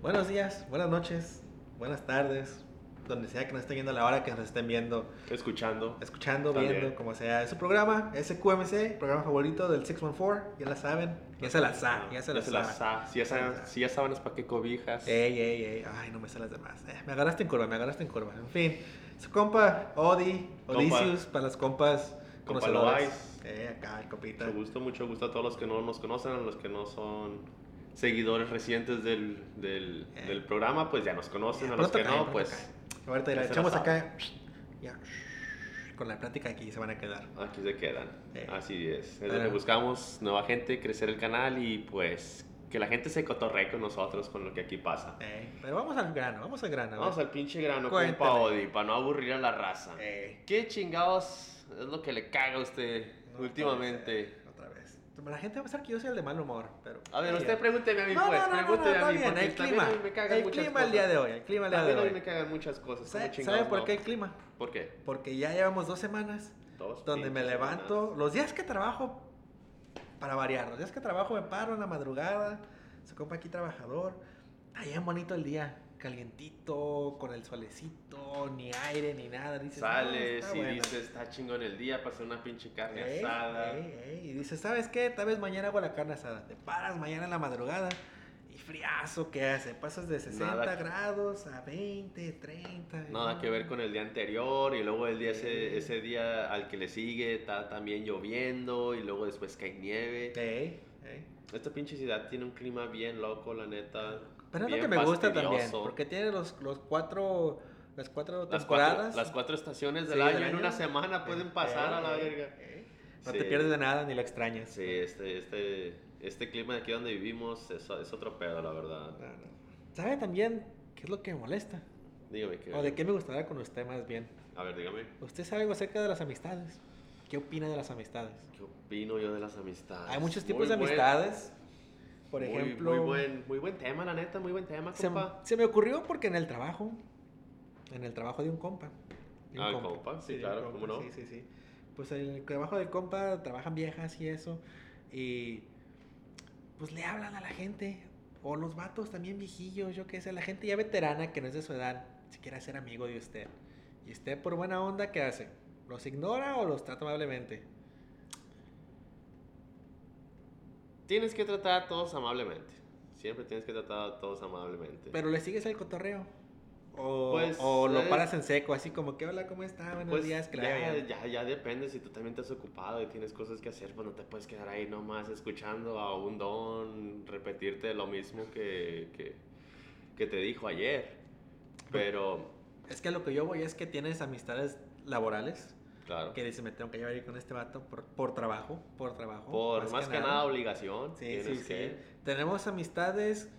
Buenos días, buenas noches, buenas tardes, donde sea que nos estén viendo a la hora que nos estén viendo, Escuchando. escuchando, También. viendo, como sea. Es su programa, SQMC, programa favorito del 614, ya la saben, ya se la saben, ya se Eh, la saben. sa- Si ya saben, si ya saben es para qué cobijas. Ey, ey, ey, ay, no me sé las demás. Eh, me agarraste en curva, me agarraste en curva. En fin, su compa, Odi, Compa. Odysseus, para las compas Compa conocedoras. Eh, acá, el copita. Mucho gusto, mucho gusto a todos los que no nos conocen, a los que no son seguidores recientes del, del, Eh. del programa, pues ya nos conocen, Eh, a los pronto que caen, no, pronto pues caen. Ahorita la ya se echamos la acá, ya, con la plática aquí se van a quedar. aquí se quedan. Eh. Así es. Es lo Pero- que buscamos, nueva gente, crecer el canal y pues que la gente se cotorree con nosotros con lo que aquí pasa. Eh, pero vamos al grano, vamos al grano. a Vamos ver. al pinche grano, Cuéntame. compa Odi, para no aburrir a la raza. Eh, ¿Qué chingados es lo que le caga a usted no, eh, últimamente? Otra vez. otra vez. La gente va a pensar que yo soy el de mal humor, pero... A ver, Ey, usted pregúnteme a mí, No, pues. no, no, no, no, pregúnteme está a mí, bien, porque el también clima. a mí me cagan El muchas clima el día cosas. de hoy, el clima el día de También a mí me hoy. cagan muchas cosas. ¿Sabe- ¿Sabe, ¿Sabe por qué el clima? ¿Por qué? Porque ya llevamos dos semanas Dos donde me pinches levanto, semanas. los días que trabajo, para variar, los días que trabajo me paro en la madrugada, se compra aquí trabajador, está bien bonito el día, calientito, con el solecito, ni aire, ni nada, dices, "No, Sales está y bueno". dices, está chingón el día para hacer una pinche carne Ey, asada. ey, ey, Y dices, ¿sabes qué? Tal vez mañana hago la carne asada, te paras mañana en la madrugada. Y friazo que hace, pasas de 60 Nada que- grados a 20, 30. Nada que ver con el día anterior y luego el día ese, ese día al que le sigue está también lloviendo y luego después cae nieve. Ey, ey. Esta pinche ciudad tiene un clima bien loco, la neta. Pero es lo bien que me gusta también, fastidioso. porque tiene los, los cuatro, las cuatro las cuatro, temporadas. las cuatro estaciones del Sí, año del en año. una semana pueden pasar a la Eh, verga. eh, No Sí. te pierdes de nada ni la extrañas. Sí, este, este, este clima de aquí donde vivimos es, es otro pedo, la verdad. No, no. ¿Sabe también qué es lo que me molesta? Dígame que. ¿O de qué me gustaría con usted más bien? A ver, dígame. ¿Usted sabe algo acerca de las amistades? ¿Qué opina de las amistades? ¿Qué opino yo de las amistades? Hay muchos tipos Muy de buen- amistades. Por muy- ejemplo, Muy, buen, muy buen tema, la neta, muy buen tema, se, compa. se me ocurrió porque en el trabajo, en el trabajo de un compa. de un Ah, compa, de sí, un claro, compa, ¿cómo no? Sí, sí, sí. Pues en el trabajo del compa trabajan viejas y eso. Y pues le hablan a la gente. O los vatos también viejillos, yo qué sé. La gente ya veterana que no es de su edad, si quiere ser amigo de usted. Y usted por buena onda, ¿qué hace? ¿Los ignora o los trata amablemente? Tienes que tratar a todos amablemente. Siempre tienes que tratar a todos amablemente. Pero le sigues el cotorreo. Este. O, Pues, o lo eh, paras en seco, así como que hola, ¿cómo está? Buenos Pues días, que le vaya ya, bien". ya, ya depende si tú también estás ocupado y tienes cosas que hacer, pues no te puedes quedar ahí nomás escuchando a un don repetirte lo mismo que, que, que te dijo ayer. Pero, Es que a lo que yo voy es que tienes amistades laborales claro, que dices, me tengo que llevar ahí con este vato por, por trabajo, por trabajo. por más, que, nada, obligación. Sí, tienes sí, sí. que- Tenemos amistades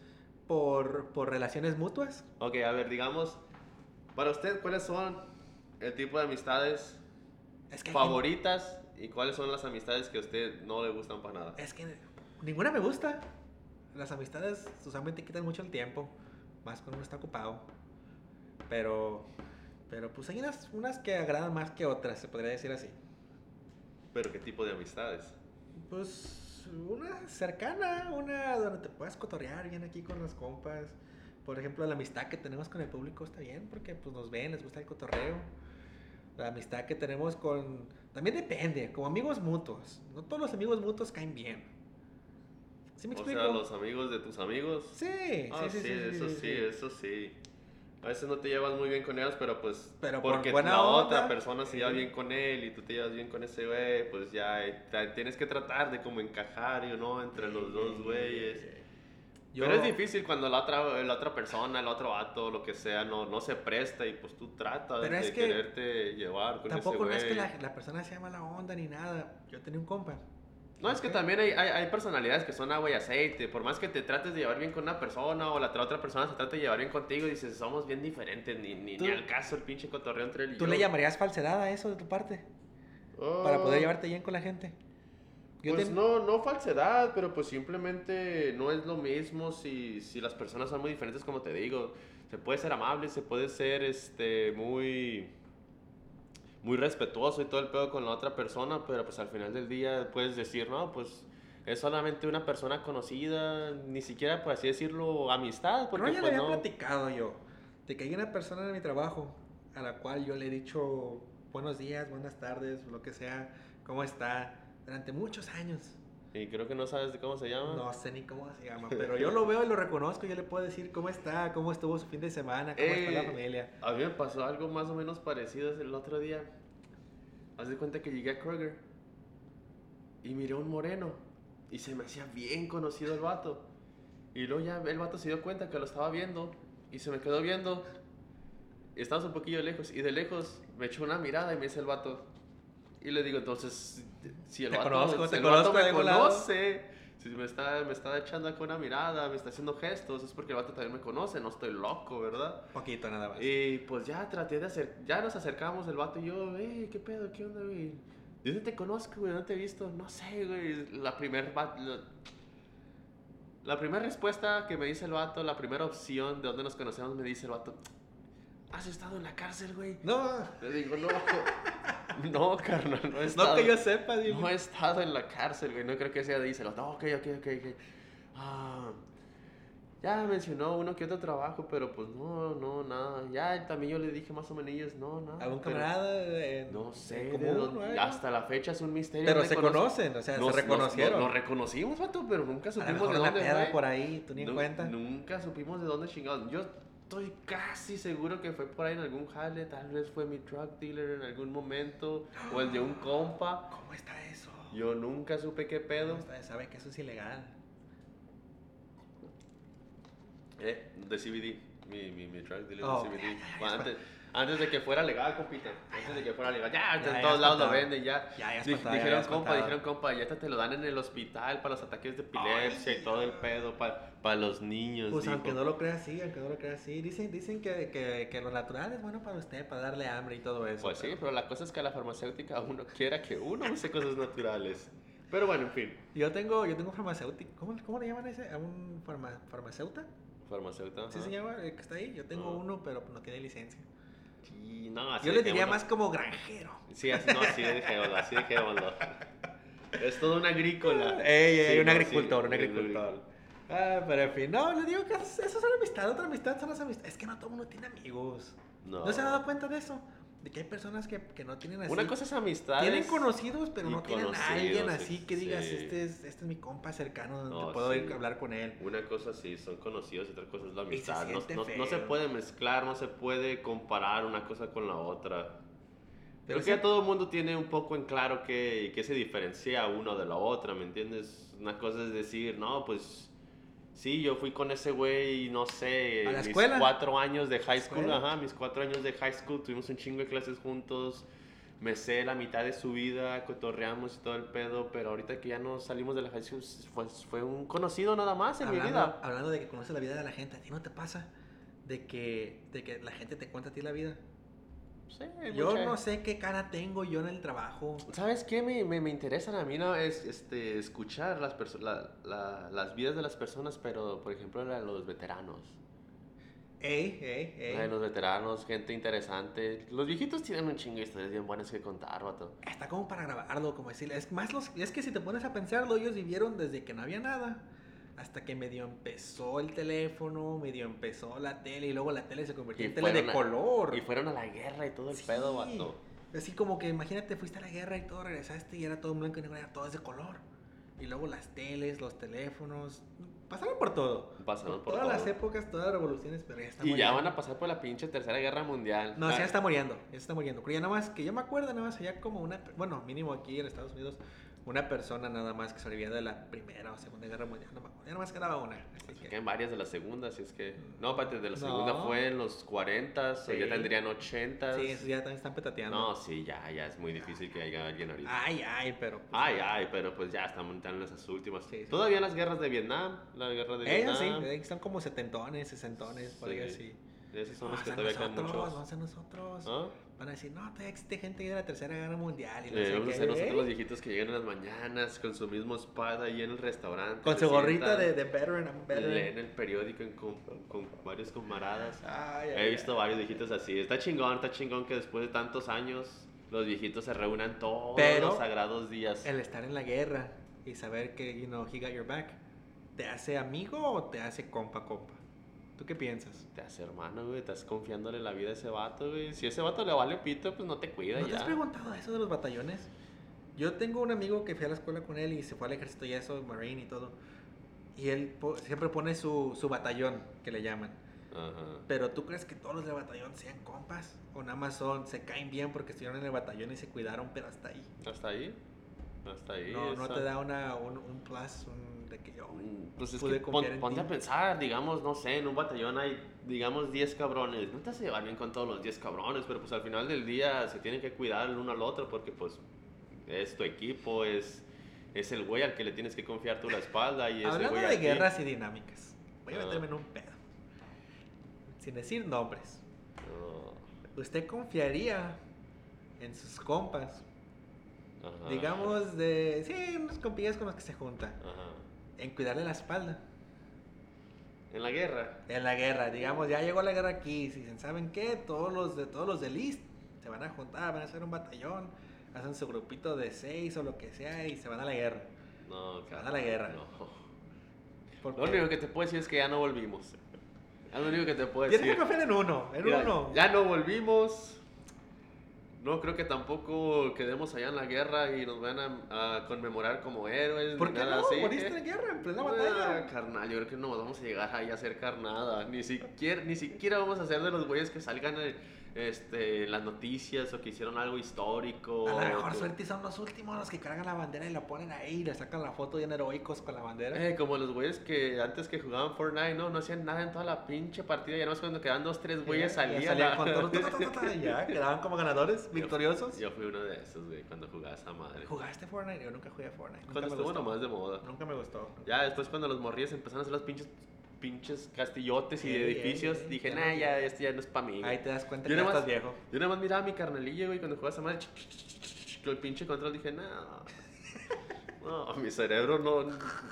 por, por relaciones mutuas. Ok, a ver, digamos, para usted, ¿cuáles son el tipo de amistades Es que hay favoritas y cuáles son las amistades que a usted no le gustan para nada? gente- Es que ninguna me gusta. Las amistades usualmente quitan mucho el tiempo, más cuando uno está ocupado. Pero, pero pues hay unas, unas que agradan más que otras, se podría decir así. Pero, ¿qué tipo de amistades? Pues una cercana, una donde te puedas cotorrear bien aquí con las compas. Por ejemplo, la amistad que tenemos con el público está bien porque pues nos ven, les gusta el cotorreo. La amistad que tenemos con... También depende, como amigos mutuos. No todos los amigos mutuos caen bien. ¿Sí me O explico? sea, los amigos de tus amigos. Sí, Ah, sí, eso sí, eso sí. A veces no te llevas muy bien con ellos, pero pues Pero por porque buena la onda, otra persona se lleva eh. bien con él y tú te llevas bien con ese güey, pues ya eh, ta- tienes que tratar de como encajar, you know, entre los dos güeyes. Yo- Pero es difícil cuando la otra, la otra persona, el otro vato, lo que sea, no, no se presta y pues tú tratas Pero de es que quererte llevar con Tampoco no es ese que güey. la, la persona sea mala onda ni nada. Yo tenía un compa. No, es que Ok. también hay, hay, hay personalidades que son agua y aceite. Por más que te trates de llevar bien con una persona o la tra- otra persona se trate de llevar bien contigo, dices, somos bien diferentes, ni, ni, Tú- ni al caso el pinche cotorreo entre él y ¿Tú yo". le llamarías falsedad a eso de tu parte? Oh, Para poder llevarte bien con la gente. Yo pues te- no, no falsedad, pero pues simplemente no es lo mismo si, si las personas son muy diferentes, como te digo. Se puede ser amable, se puede ser este, muy, muy respetuoso y todo el pedo con la otra persona, pero pues al final del día puedes decir, no, pues Es solamente una persona conocida, ni siquiera por así decirlo, amistad. Porque Porque, no, ya pues, le había no- platicado yo de que hay una persona en mi trabajo a la cual yo le he dicho buenos días, buenas tardes, lo que sea, cómo está, durante muchos años. Y creo que no sabes de cómo se llama. No sé ni cómo se llama, pero yo lo veo y lo reconozco. Yo le puedo decir cómo está, cómo estuvo su fin de semana, cómo está Eh. la familia. A mí me pasó algo más o menos parecido el otro día. Haz de cuenta que llegué a Kroger y miré a un moreno y se me hacía bien conocido el vato. Y luego ya el vato se dio cuenta que lo estaba viendo y se me quedó viendo. Estabas un poquillo lejos y de lejos me echó una mirada y me dice el vato. Y le digo, entonces, si el Te vato, conozco, si te el vato conozco de me algún lado". conoce, si me está, me está echando acá una mirada, me está haciendo gestos, es porque el vato también me conoce, no estoy loco, ¿verdad? Poquito nada más. Y pues ya traté de hacer, ya nos acercamos el vato y yo, eh, ¿qué pedo? ¿Qué onda, güey? ¿De dónde te conozco, güey? ¿Dónde te he visto? No sé, güey. La primer va- la, la primera respuesta que me dice el vato, la primera opción de dónde nos conocemos, me dice el vato, ¿has estado en la cárcel, güey? No, pues, Le digo, no, no, carnal, no no he estado. que yo sepa, dile. No he estado en la cárcel, güey. No creo que sea, díselo. No, ok, ok, ok. ok. Ah, ya mencionó uno que otro trabajo, pero pues no, no, nada. Ya también yo le dije más o menos, no, nada. ¿Algún pero camarada? eh, No sé, en de común dónde- o algo? hasta la fecha es un misterio. Pero no se conoce- conocen, o sea, Nos- se nos- reconocieron. Nos, nos reconocimos, vato, pero nunca a lo supimos mejor de una dónde piedra fue. por ahí, tú ni en Nu- cuenta. Nunca supimos de dónde chingados. Yo estoy casi seguro que fue por ahí en algún jale. Tal vez fue mi truck dealer en algún momento. O el de un compa. ¿Cómo está eso? Yo nunca supe qué pedo. ¿Cómo está? Sabe que eso es ilegal. Eh, de CBD. Mi, mi, mi track dealer Oh, de CBD. ya, ya, ya, Bueno, ya. antes, antes de que fuera legal, compita. Antes de que fuera legal. Ya, Ya, ya, en todos lados lo espantado. venden, ya. Ya, ya has Di- contado, ya dijeron, has compa, contado. dijeron, compa, ya hasta te lo dan en el hospital para los ataques de epilepsia y todo el pedo, para los niños. Pues dijo. aunque no lo creas así, aunque no lo creas así. Dicen, dicen que, que, que lo natural es bueno para usted, para darle hambre y todo eso. Pues sí, pero la cosa es que la farmacéutica uno quiera que uno use cosas naturales. Pero bueno, en fin. Yo tengo, yo tengo un farmacéutico. ¿Cómo, cómo le llaman a ese? ¿A un farma- farmacéuta? Farmacéutica. ¿Sí ajá. se llama? El que está ahí. Yo tengo Ajá. Ah, uno, pero no tiene licencia. Sí, no, así yo le diría dejémoslo. más como granjero. Sí, así, no, así dejémoslo, así dejémoslo. Es todo un agrícola. Ah, Ey, ey, Sí, un no, agricultor, sí, un agricultor. Ah, pero en fin, no, le digo que eso es una amistad, otra amistad son las amistades. Es que no todo el mundo tiene amigos. No. No. se ha dado cuenta de eso? De que hay personas que, que no tienen así. Una cosa es amistad. Tienen conocidos, pero y no tienen a conocidos, alguien sí, así que digas, sí. este, es, este es mi compa cercano, donde No, puedo sí. ir a hablar con él. Una cosa sí, son conocidos y otra cosa es la Y se amistad. No, siente no- no se feo. puede mezclar, no se puede comparar una cosa con la otra. Pero Creo sí. que ya todo el mundo tiene un poco en claro que, que se diferencia uno de la otra, ¿me entiendes? Una cosa es decir, no, pues sí, yo fui con ese güey, no sé, ¿A la mis escuela? cuatro años de high school, ¿Escuela? ajá, mis cuatro años de high school, tuvimos un chingo de clases juntos, me sé la mitad de su vida, cotorreamos y todo el pedo, pero ahorita que ya no salimos de la high school, fue, fue un conocido nada más en mi Hablando, vida. hablando de que conoces la vida de la gente, ¿a ti no te pasa? De que, de que la gente te cuenta a ti la vida. Sí, Yo mucha- no sé qué cara tengo yo en el trabajo. ¿Sabes qué? Me, me, me interesan a mí ¿no? es, este, escuchar las, perso- la- la- las vidas de las personas, pero por ejemplo la de los veteranos. Ey, ey, La de ey. los veteranos, gente interesante. Los viejitos tienen un chingo de historias bien buenas que contar, vato. Está como para grabarlo, como decirle. Es, más los, es que si te pones a pensarlo, ellos vivieron desde que no había nada. Hasta que medio empezó el teléfono, medio empezó la tele y luego la tele se convirtió Y en tele de fueron a- color. Y fueron a la guerra y todo el pedo, Sí. vato. Así como que imagínate, fuiste a la guerra y todo, regresaste y era todo en blanco y negro, era todo ese color. Y luego las teles, los teléfonos, pasaron por todo. Pasaron por Todas todo. las épocas, todas las revoluciones, pero ya está Y ya muriendo. van a pasar por la pinche tercera guerra mundial. No, Ah, sí, ya está muriendo, ya está muriendo. Pero ya nada más, que yo me acuerdo nada más allá como una, bueno, mínimo aquí en Estados Unidos, una persona nada más que sobrevivía de la primera o segunda guerra mundial, no me acuerdo, ya nada más quedaba una. Así se que, quedan varias de la segunda, así es que. No, aparte de la Mm. No. segunda fue en los 40, o ya Sí. tendrían 80. sí, esos ya también están petateando. pues, no, sí, ya, ya es muy difícil que haya alguien ahorita. Ay, ay, pero... pues, Ay, ay, pero pues ya están montando esas últimas. Sí, sí. Todavía las guerras de Vietnam, la guerra de Ellos sí, Vietnam. están como setentones, sesentones, por ahí Sí. así. Esos son los Vamos que a todavía quedan nosotros, muchos. vamos a nosotros. ¿Ah? Van a decir, no, todavía existe gente de la Tercera Guerra Mundial. Y no Eh, sé vamos a qué". ser nosotros los Ey, viejitos que llegan en las mañanas con su mismo espada ahí en el restaurante. Con se su gorrita sientan, de, de veteran, I'm veteran. Leen el periódico en com- con, varios camaradas. Ay, ay, He visto varios viejitos así. Está chingón, está chingón que después de tantos años los viejitos se reúnan todos Pero- los sagrados días. ay. El estar en la guerra y saber que, you know, he got your back, ¿te hace amigo o te hace compa, compa? ¿Tú qué piensas? Te hace hermano, güey. Estás confiándole la vida a ese vato, güey. Si a ese vato le vale pito, pues no te cuida ¿No te ya. has preguntado eso de los batallones? Yo tengo un amigo que fui a la escuela con él y se fue al ejército y eso, marine y todo. Y él po- siempre pone su, su batallón, que le llaman. Ajá. Pero ¿tú crees que todos los del batallón sean compas? ¿O nada más son, se caen bien porque estuvieron en el batallón y se cuidaron, pero hasta ahí? Hasta ahí. Hasta ahí. no, no esa- te da una, un, un plus un, de que "Oh, yo... Mm, Pues es Pude que pon- confiar en ponte ti. a pensar, digamos, no sé, en un batallón hay, digamos, 10 cabrones. No te hace llevar bien con todos los 10 cabrones, pero pues al final del día se tienen que cuidar el uno al otro porque pues es tu equipo, es, es el güey al que le tienes que confiar tú la espalda y es el Hablando güey de a ti. guerras y dinámicas, voy a Ah. meterme en un pedo. Sin decir nombres. No, ¿Usted confiaría en sus compas? ajá, Digamos de... Sí, unos compillas con los que se junta. ajá. En cuidarle la espalda. En la guerra. En la guerra, digamos, ya llegó la guerra aquí. Si dicen, ¿saben qué? Todos los de todos los de List se van a juntar, van a hacer un batallón, hacen su grupito de seis o lo que sea y se van a la guerra. No, van a la guerra. No. Porque Lo único que te puedo decir es que ya no volvimos. Es lo único que te puedo tienes decir. que confiar en uno, en Mira, uno. Ya no volvimos. No creo que tampoco quedemos allá en la guerra y nos van a, a conmemorar como héroes. ¿Por ni qué nada no? así, Moriste en ¿eh? guerra, en plena Ah, batalla. carnal, yo creo que no vamos a llegar ahí a hacer carnada. Ni siquiera, ni siquiera vamos a ser de los güeyes que salgan eh, este, en las noticias o que hicieron algo histórico. A o la mejor que- suerte son los últimos los que cargan la bandera y la ponen ahí y le sacan la foto bien heroicos con la bandera. Eh, como los güeyes que antes que jugaban Fortnite, no, no hacían nada en toda la pinche partida. Ya no es cuando quedan dos, tres güeyes Ya salían. a- con todo, ta, ta, ta, ta, ta, y ya, quedaban como ganadores, victoriosos. Yo fui uno de esos, güey, cuando jugaba esa madre. ¿Jugaste Fortnite? Yo nunca jugué a Fortnite. Nunca Cuando me estuvo gustó. nomás de moda. Nunca me gustó. Ya después cuando los morrías empezaron a hacer los pinches, pinches castillotes y Ey, edificios, ey, ey, dije, ya nah, no- ya, esto ya no es pa' mí. güey". Ahí te das cuenta Yo que ya nomás- estás viejo. Yo nada más miraba a mi carnalillo, güey, cuando jugaba esa madre, con el pinche control dije, nah. No, mi cerebro no,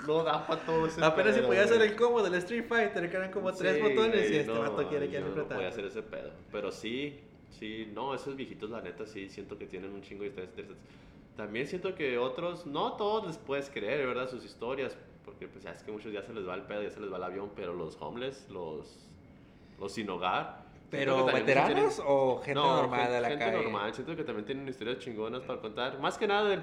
no da para todo ese Apenas si pedo, podía güey. hacer el combo del Street Fighter, que eran como tres Sí, botones y güey, este no, vato quiere que yo le no aprieta. podía hacer ese pedo. Pero sí, sí, no, esos viejitos, la neta, sí, siento que tienen un chingo de historias interesantes. También siento que otros, no todos les puedes creer, ¿verdad? Sus historias, porque pues ya es que muchos ya se les va el pedo, ya se les va el avión, pero los homeless, los, los sin hogar. Pero siento que también muchos veteranos tienen- o gente No, normal gen- de la gente calle. normal, siento que también tienen historias chingonas para contar. Más que nada del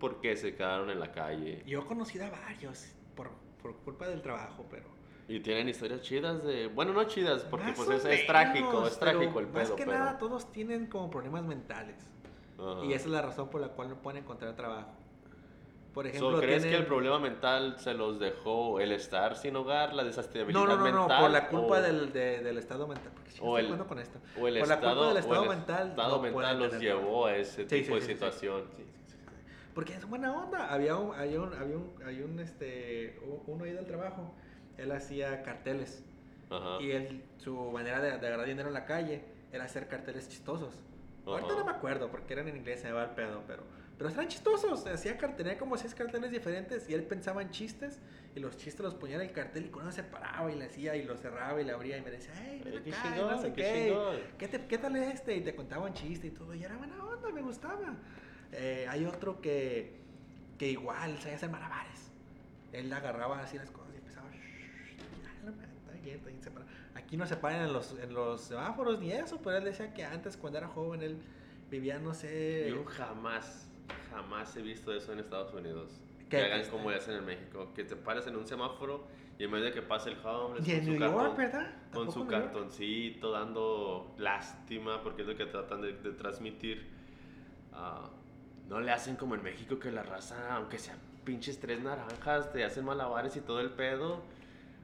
por qué se quedaron en la calle. Yo he conocido a varios por, por culpa del trabajo, pero. Y tienen historias chidas de... Bueno, no chidas, porque Más pues o es, es menos, trágico, es pero trágico el pedo. Más que pero- Ah. nada, todos tienen como problemas mentales. Ajá. Y esa es la razón por la cual no pueden encontrar trabajo. Por So, ejemplo, ¿Crees que tienen- el problema mental se los dejó el estar sin hogar, la desestabilidad No, no, no, no, mental? por la culpa o, del, de- del estado mental. ¿Por qué chingados o estoy el- jugando con esto? o el por la culpa estado, del o estado el mental, estado no mental pueden los tener llevó a ese Sí, sí, tipo de sí, sí, sí. situación. Sí, sí, sí, sí. Porque es buena onda. Había un, había un, había un, había un, este, u- uno ahí del trabajo. Él hacía carteles. Ajá. Y él, su manera de, de agarrar dinero en la calle era hacer carteles chistosos. Ahorita Ajá. no me acuerdo porque eran en inglés, se me va el pedo, pero, pero eran chistosos. Hacía cartel- tenía como seis carteles diferentes y él pensaba en chistes y los chistes los ponía en el cartel y con uno se paraba y le hacía y lo cerraba y le abría y me decía, hey, ven Eh, qué acá, y no chingón, sé qué qué. chingón. ¿qué, te- qué tal es este? Y te contaba un chiste y todo, y era buena onda, me gustaba. Eh, hay otro que, que igual sabía hacer malabares. Él agarraba así las cosas y empezaba. "Shh, ya, la madre, está bien, está bien, se para". Aquí no se paran en los, en los semáforos ni eso, pero él decía que antes, cuando era joven, él vivía, no sé. Yo pues, jamás, jamás he visto eso en Estados Unidos. ¿Qué? Que hagan Este- como hacen en México, que te pares en un semáforo y en vez de que pase el homeless Y en con su New cartón- York, ¿verdad? con Tampoco su en New York. cartoncito dando lástima porque es lo que tratan de, de transmitir Ah, no le hacen como en México que la raza aunque sean pinches tres naranjas te hacen malabares y todo el pedo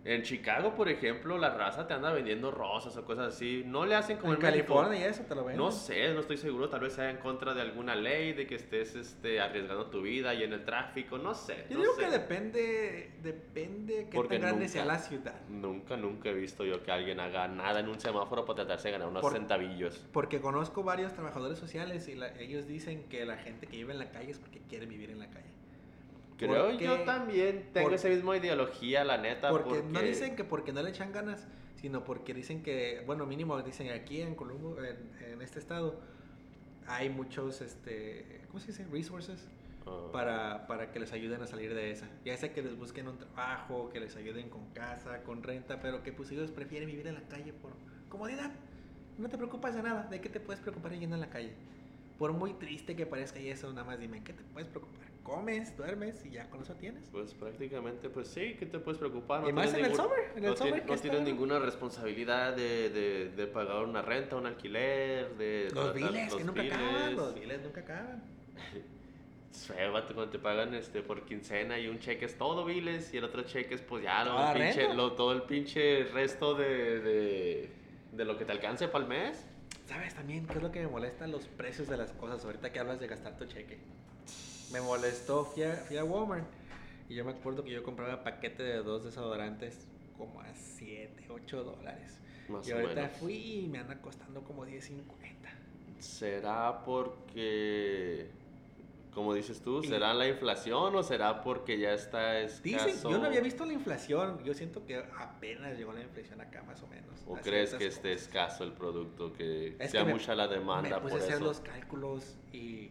en Chicago por ejemplo la raza te anda vendiendo rosas o cosas así no le hacen como En en, México. California y eso te lo ven. No sé, no estoy seguro, tal vez sea en contra de alguna ley, de que estés este, arriesgando tu vida y en el tráfico, no sé. Yo no digo sé. que depende, depende qué Porque tan grande nunca- sea la ciudad. Nunca, nunca he visto yo que alguien haga nada en un semáforo para tratarse de ganar unos Por- centavillos. Porque conozco varios trabajadores sociales y la- ellos dicen que la gente que vive en la calle es porque quiere vivir en la calle. Creo Porque- yo también tengo por- esa misma ideología, la neta. Porque, no dicen que porque no le echan ganas, sino porque dicen que, bueno, mínimo dicen aquí en Colombo, en, en este estado, hay muchos, este, ¿cómo se dice? Resources. Ah. para, para que les ayuden a salir de esa. Ya sea que les busquen un trabajo, que les ayuden con casa, con renta, pero que pues ellos prefieren vivir en la calle por comodidad. No te preocupas de nada, ¿de qué te puedes preocupar yendo en la calle? Por muy triste que parezca y eso, nada más dime, ¿qué te puedes preocupar? Comes, duermes y ya con eso tienes. Pues prácticamente, pues sí, ¿qué te puedes preocupar? y más en Ah, tienes el ningún- summer, en el no summer tien- que no está- tienes ninguna responsabilidad de, de- de pagar una renta, un alquiler, de... Los tratar- biles, que los nunca acaban, biles. los biles nunca acaban. Es feo, vato, cuando te pagan este, por quincena y un cheque es todo biles y el otro cheque es pues ya lo, Toda el pinche, Ah, renta. lo- todo el pinche resto de, de, de lo que te alcance para el mes. ¿Sabes también qué es lo que me molesta? Los precios de las cosas. Ahorita que hablas de gastar tu cheque. Me molestó, fui a, fui a Walmart y yo me acuerdo que yo compraba paquete de dos desodorantes como a 7, 8 dólares. Más y o ahorita menos. fui y me anda costando como 10.50. ¿Será porque, como dices tú, Y- será la inflación o será porque ya está escaso? Dicen, yo no había visto la inflación. Yo siento que apenas llegó la inflación acá más o menos. ¿O a crees ciertas que esté cosas. escaso el producto, que Es sea que me- mucha la demanda Me puse por a hacer eso? los cálculos y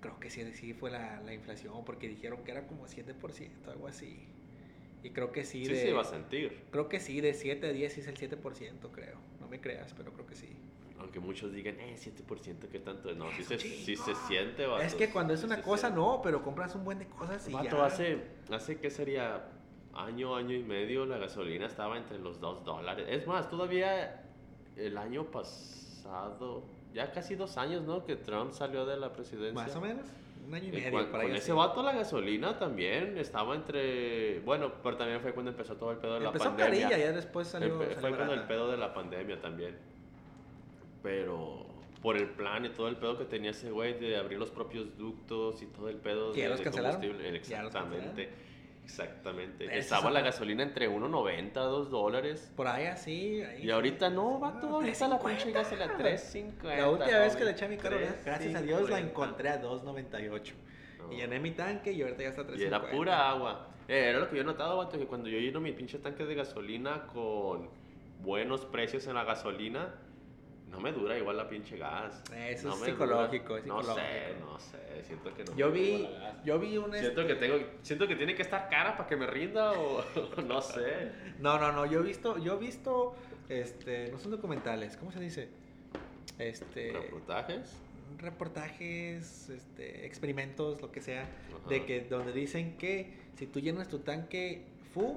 creo que sí, sí fue la, la inflación, porque dijeron que era como 7%, algo así. Y creo que sí, Sí, de, se va a sentir. creo que sí, de 7 a 10 sí es el 7%, creo. No me creas, pero creo que sí. Aunque muchos digan, eh, 7%, ¿qué tanto? es?". No, sí Es se, un sí se chingo. siente, vato, es que cuando es sí una se cosa, siente. no, pero compras un buen de cosas y Vato, ya. hace, hace que sería año, año y medio, la gasolina estaba entre los 2 dólares. Es más, todavía el año pasado, ya casi dos años, ¿no? Que Trump salió de la presidencia. Más o menos, un año y Y medio. cuan- por ahí con así. ese vato la gasolina también estaba entre... Bueno, pero también fue cuando empezó todo el pedo de la Empezó pandemia. carilla, ya después salió, Empe- salió fue con el barata. pedo de la pandemia también. Pero por el plan y todo el pedo que tenía ese güey de abrir los propios ductos y todo el pedo Que ya de, los de cancelaron. combustible. Eh, Ya los Exactamente. Exactamente. Pero eso Estaba es la otra- gasolina entre 1.90, 2 dólares. Por ahí así. Ahí, Y ahorita no, va vato, ahorita la pinche gasolina 3.50. Ah, La última vez que le eché a mi carro, cabrón gracias a Dios, la encontré a 2.98. No. Y llené mi tanque y ahorita ya está 3.50. Y era pura agua. Eh, era lo que yo he notado, vato, que cuando yo lleno mi pinche tanque de gasolina con buenos precios en la gasolina, no me dura igual la pinche gas. Eso No es me psicológico, dura. es No sé, psicológico. no sé, siento que no Yo me dura vi, la gas. yo vi un... Siento este- que, tengo, siento que tiene que estar cara para que me rinda o o no sé. No, no, no, yo he visto, yo he visto, este, no son documentales, ¿cómo se dice? Este, ¿Reportajes? reportajes, este, experimentos, lo que sea, Ajá. de que donde dicen que si tú llenas tu tanque full,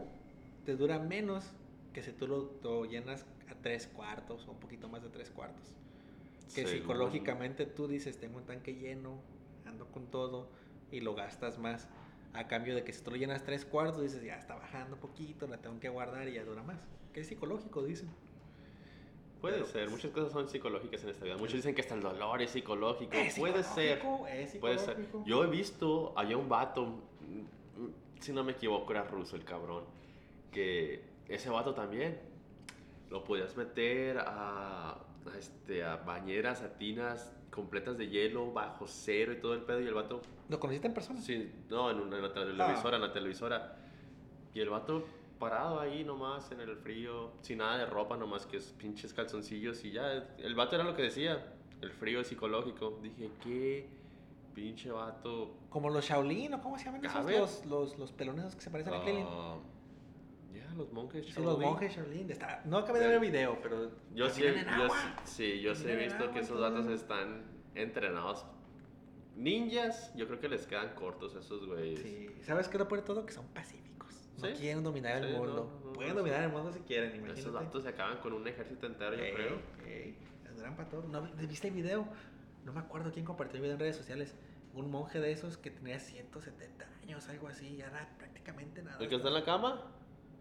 te dura menos que si tú lo, lo llenas a tres cuartos o un poquito más de tres cuartos. Que Según- psicológicamente tú dices, tengo un tanque lleno, ando con todo y lo gastas más. A cambio de que si tú lo llenas tres cuartos, dices, ya está bajando poquito, la tengo que guardar y ya dura más. Que es psicológico, dicen. Puede Pero, ser, pues, muchas cosas son psicológicas en esta vida. Muchos dicen que hasta el dolor es psicológico. Es Puede ser. psicológico, es Puede ser. psicológico. Yo he visto, había un vato, mm, mm, si no me equivoco, era ruso el cabrón, que ese vato también lo podías meter a, a este, a bañeras, a tinas completas de hielo, bajo cero y todo el pedo, y el vato, ¿Lo conociste en persona? sí, no, en, una, en la Ah. televisora, en la televisora, y el vato parado ahí nomás en el frío, sin nada de ropa, nomás que es pinches calzoncillos y ya, el vato era lo que decía, el frío es psicológico, dije, qué pinche vato Como los Shaolin, ¿o cómo se llaman esos? Cabe. Los, los, los pelones esos que se parecen a Krillin. Ah, Ya, los monjes. Sí, los Shaolin. monjes Shaolin. Está... No acabé de ver el video, pero. Yo sí, caminan en yo agua. sí, sí, yo sí he Caminan en visto agua que y esos todo. datos están entrenados. Ninjas, yo creo que les quedan cortos a esos güeyes. Sí. ¿Sabes qué es lo peor de todo? Que son pacíficos. No Sí. quieren dominar Sí, el no, mundo. no, no, Pueden no, dominar el mundo si quieren, imagínate. Esos datos se acaban con un ejército entero, yo Ey, creo. ey, les duran para todo. ¿No vi- viste el video? No me acuerdo quién compartió el video en redes sociales. Un monje de esos que tenía 170 años, algo así, ya era prácticamente nada. ¿El que está en la cama?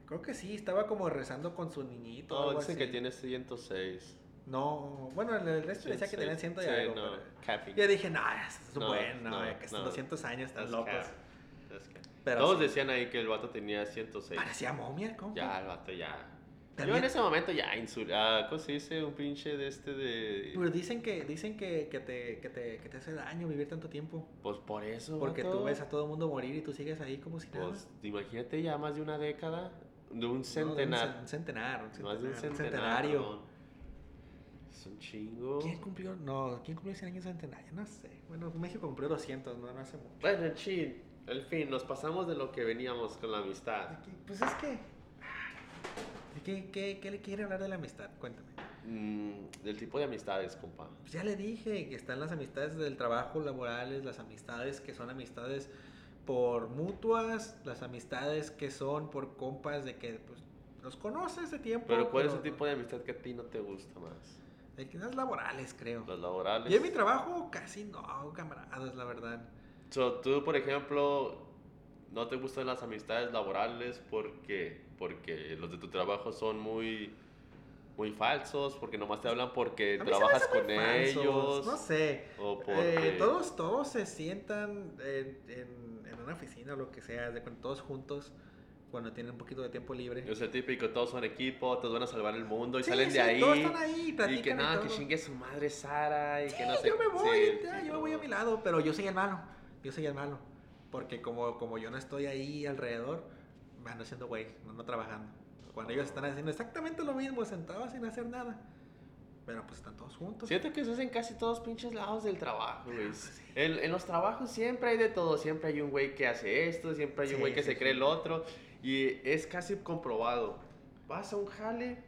Creo que sí, estaba como rezando con su niñito. No, algo dicen así. que tiene 106. No, bueno, el- el resto decía que tenían 100 y Sí, algo. no, pero- capping. Yo dije, no, eso es No, bueno, no, eh, que son no. 200 años, están That's locos. cap. That's cap. Pero Todos sí, decían ahí que el vato tenía 106. parecía momia, ¿cómo? Ya, el vato ya. Yo También- en ese momento ya insultaba. ¿Cómo se dice? Un pinche de este de. Pero Pues dicen que, dicen que, que, te, que, te, que te hace daño vivir tanto tiempo. Pues por eso. Porque vato. tú ves a todo el mundo morir y tú sigues ahí como si nada. Pues imagínate ya más de una década, de un No, de un cen- centenar. Un centenar, un centenar, más de un un centenar. centenario. cabrón. Es un chingo. ¿Quién cumplió? No, ¿quién cumplió 100 años de centenario? No sé. Bueno, México cumplió 200, no, no hace mucho. Bueno, en chin, al fin, nos pasamos de lo que veníamos con la amistad. Aquí, Pues es que. ¿De qué, qué, qué le quiere hablar de la amistad? Cuéntame. Mm, del tipo de amistades, compa. Pues ya le dije que están las amistades del trabajo, laborales, las amistades que son amistades por mutuas, las amistades que son por compas de que pues, los conoces de tiempo. Pero ¿cuál es el tipo de amistad que a ti no te gusta más? El que das laborales, creo. Los laborales. Y en mi trabajo casi no hago camaradas, la verdad. So, tú, por ejemplo, no te gustan las amistades laborales porque, porque los de tu trabajo son muy, muy falsos, porque nomás te hablan porque A mí se me trabajas hacen con muy falsos, ellos. No sé. O porque... Eh, todos, todos se sientan en, en- en una oficina o lo que sea, de cuando todos juntos, cuando tienen un poquito de tiempo libre. Es el típico, todos son equipo, todos van a salvar el mundo y Sí, salen sí, de ahí. Todos están ahí, y que platican nada, todo. que chingue su madre Sara y que no Sí, sé yo me voy, sí, ya, sí, yo me voy a mi lado, pero yo soy el malo, yo soy el malo, porque como, como yo no estoy ahí alrededor, me ando haciendo güey, no ando trabajando. Cuando ellos están haciendo exactamente lo mismo, sentados sin hacer nada, pero pues Ah, pues están todos juntos. Siento que eso es en casi todos pinches lados del trabajo, güey. En, en los trabajos siempre hay de todo. Siempre hay un güey que hace esto, siempre hay un Sí, güey que sí, se sí. cree el otro. Y es casi comprobado. Vas a un jale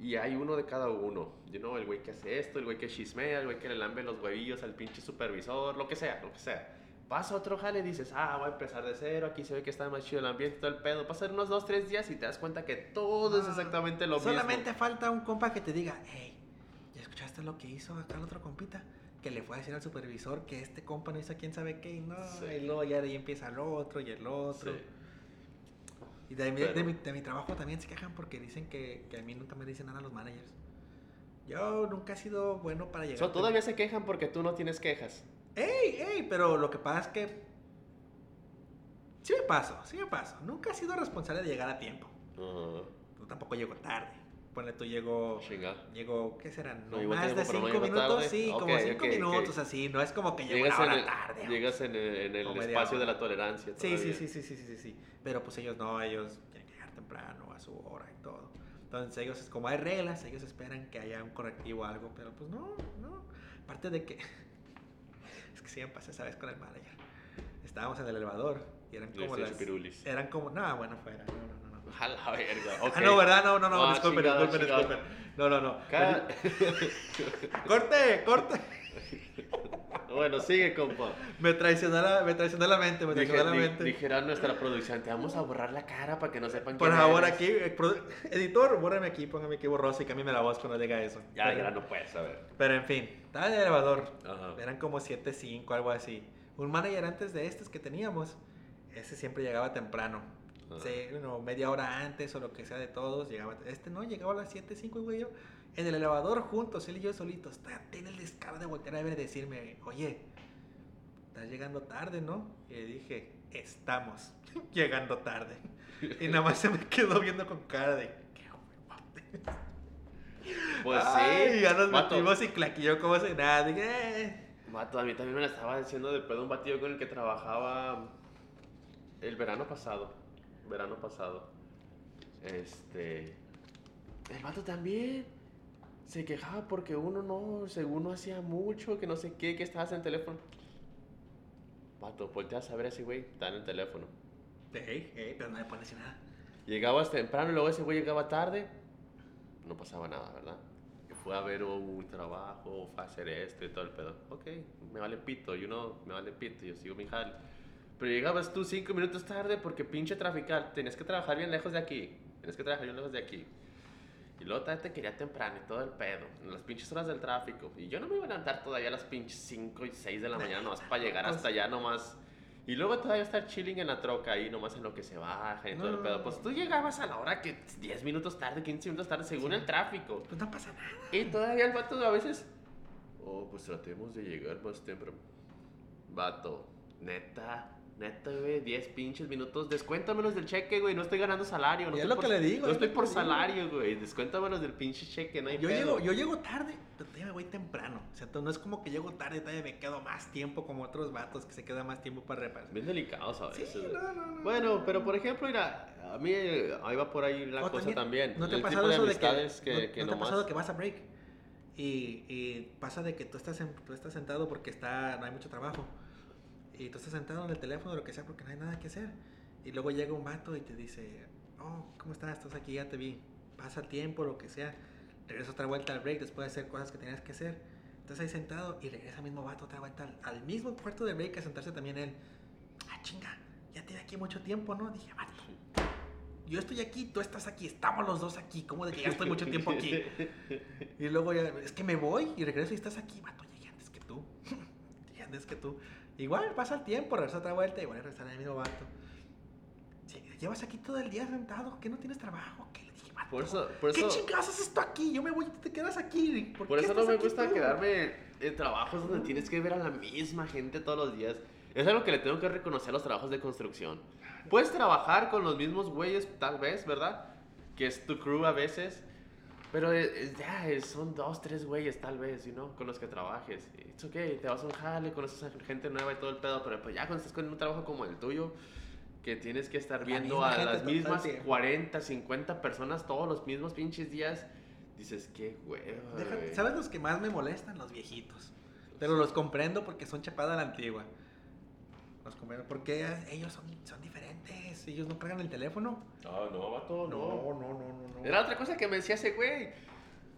y hay uno de cada uno. You know, el güey que hace esto, el güey que chismea, el güey que le lambe los huevillos al pinche supervisor, lo que sea, lo que sea. Vas a otro jale y dices, ah, voy a empezar de cero, aquí se ve que está más chido el ambiente, todo el pedo. Pasan unos dos, tres días y te das cuenta que todo es Ah, exactamente lo Solamente mismo. falta un compa que te diga, hey, ¿ya escuchaste lo que hizo acá el otro compita? Que le fue a decir al supervisor que este compa no hizo quién sabe qué y no, Sí. y luego ya de ahí empieza el otro y el otro. Sí. Y de, mi- Pero- de mi, de mi trabajo también se quejan porque dicen que, que a mí nunca me dicen nada los managers. Yo nunca he sido bueno para llegar. So, todavía se quejan porque tú no tienes quejas. ¡Ey, ey! Pero lo que pasa es que. Sí me paso, sí me paso. Nunca he sido responsable de llegar a tiempo. Yo tampoco llego tarde. Ponle tú, llego. Chinga. Llego, ¿qué serán? No No, llego a más de tiempo, pero no cinco llego minutos, tarde. sí, Ok, como cinco ok, ok. minutos así. No es como que llego Llegas, una en hora el, tarde. llegas en el, en el O media espacio de hora. la tolerancia. Sí, sí, todavía. sí, sí, sí, sí, sí, sí. Pero pues ellos no, ellos tienen que llegar temprano a su hora y todo. Entonces ellos, como hay reglas, ellos esperan que haya un correctivo o algo, pero pues no, no. Aparte de que, es que siempre pasa, ¿sabes? Con el manager. Estábamos en el elevador y eran Le como hice las... chupirulis. Eran como, no, bueno, fuera, no, no, no. no. A la verga. ok. Ah, no, ¿verdad? No, no, no, Ah, disculpen, chingado, disculpen, chingado. disculpen. No, no, no. Cada- ¡Corte, corte! Bueno, Pues, sigue, compa. Me traicionó la, me traicionó la mente, me Dije- traicionó la di- mente. dijera nuestra producción, te vamos a borrar la cara para que no sepan Por quién favor, eres". aquí, eh, produ- editor, bórrame aquí, póngame aquí borroso y cámbiame la voz cuando diga eso. Ya, pero, ya no puedes saber. pero en fin, estaba en el elevador. Ajá. Eran como 7-5, algo así. Un manager antes de estos que teníamos, ese siempre llegaba temprano. Ah. Sí, no, media hora antes o lo que sea de todos. Llegaba, este no, llegaba a las 7-5, güey. Yo, en el elevador juntos, él y yo solitos. ta- Tiene el descaro de voltear a ver y decirme, oye, estás llegando tarde, ¿no? Y le dije, estamos llegando tarde. Y nada más se me quedó viendo con cara de, ¿qué Pues Ay, sí. ya nos vato. metimos y claquilló como si nada. Dije, "Eh". Vato, a mí también me la estaba diciendo de pedo un batido con el que trabajaba el verano pasado. Verano pasado. Este. El vato también se quejaba porque uno no, según no hacía mucho, que no sé qué, que estabas en el teléfono. Vato, volteas a ver a ese güey, está en el teléfono. eh, Ey, ey, pero no le pones nada. Llegabas temprano y luego ese güey llegaba tarde. No pasaba nada, ¿verdad? Que Fue a ver un trabajo, fue a hacer esto y todo el pedo. Ok, me vale pito, yo no, me vale pito, yo sigo mi jale. Pero llegabas tú cinco minutos tarde porque pinche traficar, tenías que trabajar bien lejos de aquí, tenías que trabajar bien lejos de aquí. Y luego todavía te quería temprano y todo el pedo, en las pinches horas del tráfico. Y yo no me iba a levantar todavía a las pinches 5 y 6 de la mañana nomás para llegar hasta allá nomás. Y luego todavía estar chilling en la troca ahí nomás en lo que se baja y todo el No. pedo. Pues tú llegabas a la hora que 10 minutos tarde, 15 minutos tarde según el tráfico. Pues no pasa nada. Y todavía el vato a veces. Oh, pues tratemos de llegar más temprano. Vato, neta, neta, güey, 10 pinches minutos. Descuéntamelos del cheque, güey. No estoy ganando salario. No Y es estoy lo por- que le digo, No es lo estoy por que le digo. salario, güey. Descuéntamelos del pinche cheque, no hay Yo pedo. llego, yo llego tarde, pero todavía me voy temprano. O sea, no es como que llego tarde, todavía me quedo más tiempo como otros vatos que se queda más tiempo para reparar. Bien delicados a veces. Sí, güey. no, no, no. Bueno, pero por ejemplo, mira, a mí eh, ahí va por ahí la O cosa también. ¿No te ha el pasado tipo eso de de que, amistades que, no, que no te ha nomás- pasado que vas a break? Y, y pasa de que tú estás, en- tú estás sentado porque está, no hay mucho trabajo. Y tú estás sentado en el teléfono o lo que sea porque no hay nada que hacer. Y luego llega un vato y te dice, oh, ¿cómo estás? Estás aquí, ya te vi. Pasa tiempo, lo que sea. Regresa otra vuelta al break después de hacer cosas que tenías que hacer. Estás ahí sentado y regresa el mismo vato otra vuelta al, al mismo cuarto de break a sentarse también él. Ah, chinga, ya tiene aquí mucho tiempo, ¿no? Dije, vato, yo estoy aquí, tú estás aquí, estamos los dos aquí. ¿Cómo de que ya estoy mucho tiempo aquí? Y luego ya, es que me voy y regreso y estás aquí, vato, llegué antes que tú. llegué antes que tú. Igual pasa el tiempo, regresa otra vuelta y vuelve a regresar el mismo vato. Sí, llevas aquí todo el día sentado, que no tienes trabajo, que le dije, vato. Por eso, por ¿Qué eso, chingados haces esto aquí? Yo me voy y tú te quedas aquí. ¿Por, por qué eso no estás me aquí gusta tú? quedarme en trabajos donde tienes que ver a la misma gente todos los días. Es algo que le tengo que reconocer a los trabajos de construcción. Puedes trabajar con los mismos güeyes, tal vez, ¿verdad? Que es tu crew a veces. Pero eh, eh, ya, eh, son dos, tres güeyes, tal vez, you know, con los que trabajes. It's okay, te vas a un jale, conoces a gente nueva y todo el pedo. Pero pues ya cuando estás con un trabajo como el tuyo, que tienes que estar La viendo misma a gente las todo el mismas tiempo. 40, 50 personas todos los mismos pinches días, dices, qué hueva. Deja- güey". ¿Sabes los que más me molestan? Los viejitos. Pero los comprendo porque son chapada a la antigua. Los comprendo porque ellos son, son diferentes. Ellos no cargan el teléfono. No, Ah, no, vato, no. no, no. no. Era otra cosa que me decía ese güey.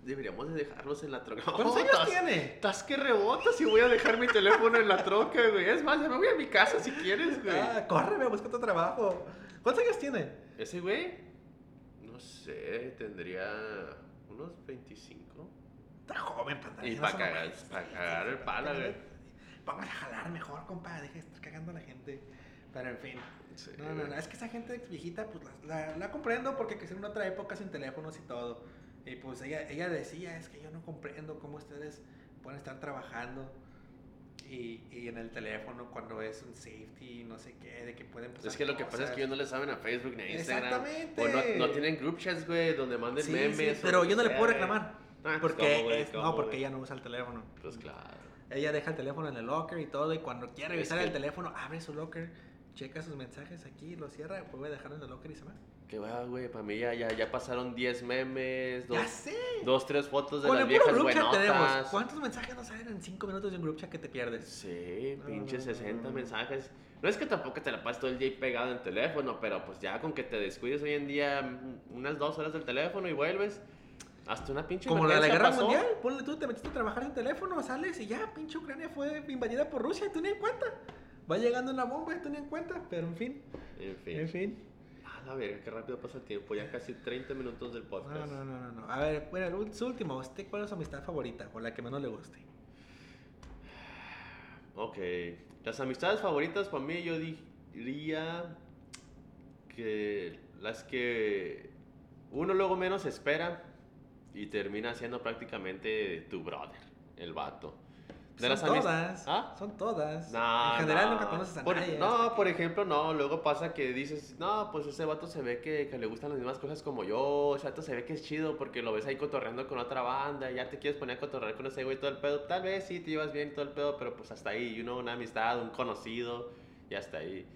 Deberíamos de dejarlos en la troca. ¿Cuántos años Estás- tiene? Estás que rebotas y voy a dejar mi teléfono en la troca, güey. Es más, ya me voy a mi casa si quieres, güey. Ah, córreme, busca otro trabajo. ¿Cuántos años tiene? Ese güey, no sé, tendría unos 25. Está joven, pantalla. Y no pa' son cagar- hombres. pa' cagar el palo, güey. Vamos a jalar mejor, compa. Deja de estar cagando a la gente. Pero en fin. Sí, No, no, güey. no, es que esa gente viejita, pues la, la- la comprendo porque creció en otra época sin teléfonos y todo. Y pues ella, ella decía, es que yo no comprendo cómo ustedes pueden estar trabajando y, y en el teléfono cuando es un safety, no sé qué, de que pueden pasar Es que lo que pasa es que ellos no le saben a Facebook ni a Instagram. Exactamente. O no, no tienen group chats, güey, donde manden Sí, memes. sí, o pero lo yo no que le puedo sea, reclamar güey. Ah, pues, porque ¿cómo, güey? es- ¿Cómo, no, porque güey? ella no usa el teléfono. Mm. Pues claro. Ella deja el teléfono en el locker y todo, y cuando quiere revisar que- el teléfono, abre su locker, checa sus mensajes aquí, lo cierra, vuelve a dejarlo en el locker y se va. Que va, güey, para mí ya, ya, ya pasaron 10 memes, ¡Ya dos, sé! dos, tres fotos de Con las el puro viejas group chat tenemos. buenotas. ¿Cuántos mensajes no salen en 5 minutos de un group chat que te pierdes? Sí, No, no, pinche no, 60 no. mensajes. No es que tampoco te la pases todo el día ahí pegado en el teléfono, pero pues ya con que te descuides hoy en día mm, unas dos horas del teléfono y vuelves, hasta una pinche Como la de la guerra emergencia pasó. mundial, ponle tú, te metiste a trabajar en teléfono, sales y ya, pinche Ucrania fue invadida por Rusia, y tú ni en cuenta. Va llegando una bomba y tú ni en cuenta, pero en fin, En fin. en fin. A la verga, qué rápido pasa el tiempo. Ya casi 30 minutos del podcast. No, no, no, no, no. A ver, bueno, el ul- su último, ¿usted cuál es su amistad favorita o la que menos le guste? Ok. Las amistades favoritas para mí yo diría que las que uno luego menos espera y termina siendo prácticamente tu brother, el vato. Son amis- todas, ¿Ah? son todas. No, en general no. nunca conoces a Por- nadie. No, por ejemplo, no. Luego pasa que dices, no, pues ese vato se ve que, que le gustan las mismas cosas como yo. Ese vato se ve que es chido porque lo ves ahí cotorreando con otra banda. Ya te quieres poner a cotorrear con ese güey todo el pedo. Tal vez sí te llevas bien y todo el pedo, pero pues hasta ahí, you know, una amistad, un conocido y hasta ahí.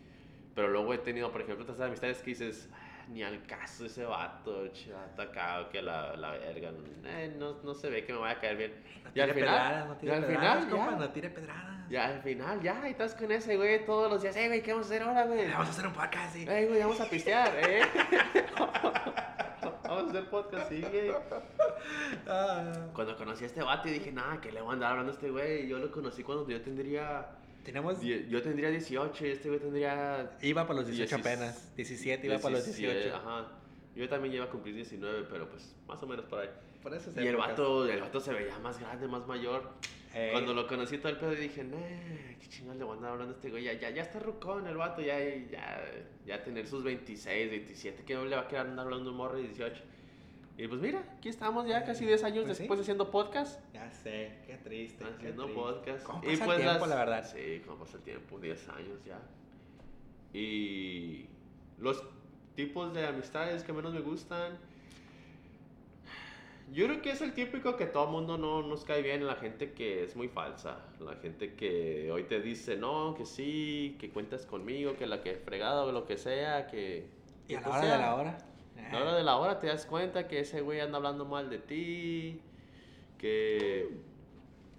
Pero luego he tenido, por ejemplo, otras amistades que dices, "Ah, ni al caso ese vato, chato acá, que la, la verga. eh, no, no se ve que me vaya a caer bien. No Y al tire final- pedradas, no tire y al pedradas, final, compa, ya. no tire pedradas. Ya al final, ya, y estás con ese güey todos los días. Ey, güey, ¿qué vamos a hacer ahora, güey? Vamos a hacer un podcast, sí. Ey, güey, vamos a pistear, ¿eh? vamos a hacer podcast, sí, güey. Ah. Cuando conocí a este vato, yo dije, nada, que le voy a andar hablando a este güey. Yo lo conocí cuando yo tendría. Tenemos. die- Yo tendría 18 y este güey tendría. Iba para los 18 Diecis- apenas. 17 iba para los 17, 18. Ajá. Yo también llevo a cumplir 19, pero pues más o menos por ahí. Por eso Y el vato, el vato se veía más grande, más mayor. Cuando lo conocí todo el pedo y dije, nah, qué chingón le voy a andar hablando a este güey. Ya, ya, ya está rucón el vato, ya, ya, ya tener sus 26, 27, que no le va a quedar andar hablando un morro de 18. Y pues mira, aquí estamos ya casi 10 años Pues sí. después haciendo podcast. Ya sé, qué triste. qué haciendo triste. podcast. ¿Cómo y pasa el pues tiempo, la verdad? Sí, como pasa el tiempo, 10 años ya. Y los tipos de amistades que menos me gustan. Yo creo que es el típico que todo mundo no nos cae bien, la gente que es muy falsa, la gente que hoy te dice no, que sí, que cuentas conmigo, que la que fregado o lo que sea, que... Y a que la pues hora eh. de sea. la hora. A la hora de la hora te das cuenta que ese güey anda hablando mal de ti, que...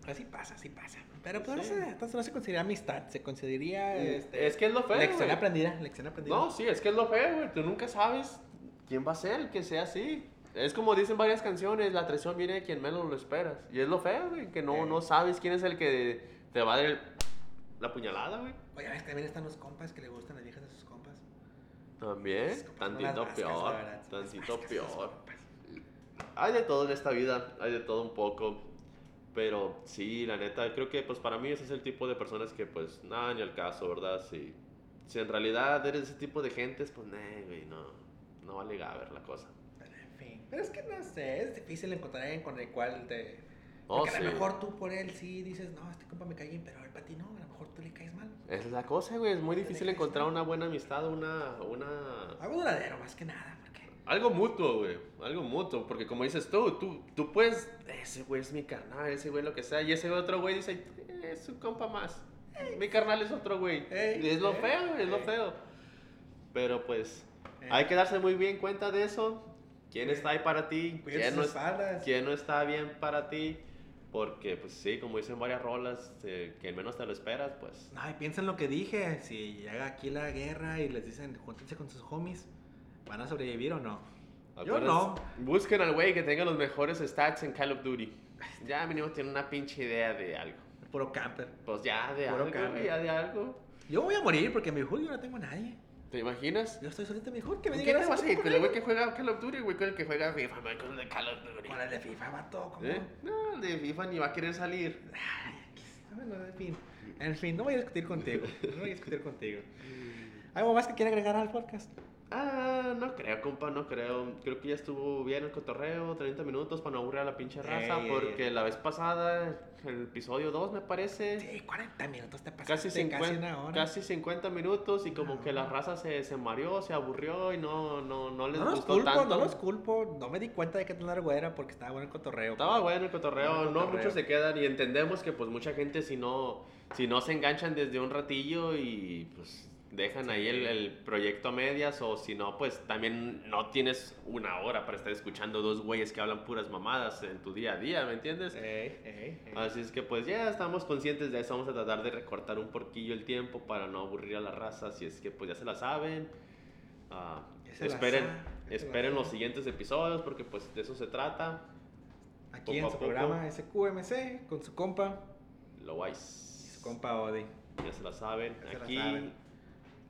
Así pasa, así pasa. Pero pues, Sí. Mm, no, se, entonces no se considera amistad, se consideraría. Este, es que es lo feo. lección güey. aprendida, lección aprendida. No, sí, es que es lo feo, güey. Tú nunca sabes quién va a ser el que sea así. Es como dicen varias canciones, la traición viene de quien menos lo esperas. Y es lo feo, güey, que no, Sí. no sabes quién es el que te va a dar el- la puñalada, güey. Oye, a ver, también están los compas que le gustan las viejas de sus compas. También, Sus compas son tantito las vascas, peor, la verdad, son las tantito vascas sus peor. compas. Hay de todo en esta vida, hay de todo un poco. Pero sí, la neta, creo que pues para mí ese es el tipo de personas que pues nada, ni al caso, ¿verdad? Si, si en realidad eres ese tipo de gentes, pues nah, güey, no, no vale ver la cosa. Pero, en fin. Pero es que no sé, es difícil encontrar a alguien con el cual te. Oh, porque a sí. lo mejor tú por él sí dices, no, este compa me cae bien, pero a ver, para ti no, a lo mejor tú le caes mal. Esa es la cosa, güey, es muy Tiene difícil que encontrar ser. una buena amistad, una, una, Algo duradero, más que nada, porque. Algo mutuo, güey. Algo mutuo. Porque como dices tú, tú, tú puedes. Ese güey es mi carnal, ese güey lo que sea. Y ese otro güey dice, "Eh, es un compa más. Mi carnal es otro güey. Ey, es lo ey, feo, güey, es lo ey. feo. Pero pues, eh, hay que darse muy bien cuenta de eso. ¿Quién Sí. está ahí para ti? cuida ¿Quién sus no, es- espaldas. quién no está bien para ti? Porque, pues sí, como dicen varias rolas, eh, que menos te lo esperas, pues. Ay, piensen lo que dije. Si llega aquí la guerra y les dicen, júntense con sus homies, ¿van a sobrevivir o no? Yo no. Acuérdense, Busquen al güey que tenga los mejores stats en Call of Duty. Ya mínimo tiene una pinche idea de algo. Puro camper. Pues ya de Puro algo, cambio. güey, ya de algo. Yo voy a morir porque en mi hood yo no tengo a nadie. ¿Te imaginas? Yo estoy solito en mi hood. Que me digan ¿Con quién te "Ey, vas ¿tú a ir? con ¿Con el él?" güey que juega Call of Duty, güey? ¿Con el que juega FIFA? güey, ¿Con el de Call of Duty? Con el de FIFA, vato. ¿cómo? ¿Eh? No, el de FIFA ni va a querer salir. Ay, aquí está, bueno, en fin. En fin, no voy a discutir contigo. No voy a discutir contigo. ¿Algo más que quiera agregar al podcast? Ah, no creo, compa, no creo. Creo que ya estuvo bien el cotorreo, 30 minutos para no aburrir a la pinche raza. Ey, ey, porque ey. la vez pasada, el episodio 2, me parece. Sí, 40 minutos te pasaste. Casi 50, casi una hora. casi 50 minutos y como Una que la hora. raza se, se mareó, se aburrió y no, no, no les No los gustó culpo, tanto. no los culpo. No me di cuenta de que tan largo era porque estaba bueno el cotorreo. Estaba bueno el Bueno, cotorreo, el no cotorreo. muchos se quedan y entendemos que pues mucha gente si no, si no se enganchan desde un ratillo y pues dejan ahí el, el proyecto a medias o si no pues también no tienes una hora para estar escuchando dos güeyes que hablan puras mamadas en tu día a día, ¿me entiendes? Ey, ey, ey. Así es que pues ya estamos conscientes de eso, vamos a tratar de recortar un porquillo el tiempo para no aburrir a la raza, así es que pues ya se la saben. Ah, Ya se la esperen saben, ya se la esperen los saben. siguientes episodios porque pues de eso se trata. Aquí poco en a su poco. programa SQMC con su compa Lo y vais. su compa Odi. Ya se la saben. Ya se la Aquí, saben.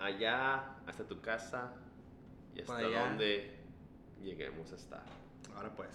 allá, hasta tu casa y Por hasta allá. donde lleguemos a estar. Ahora pues.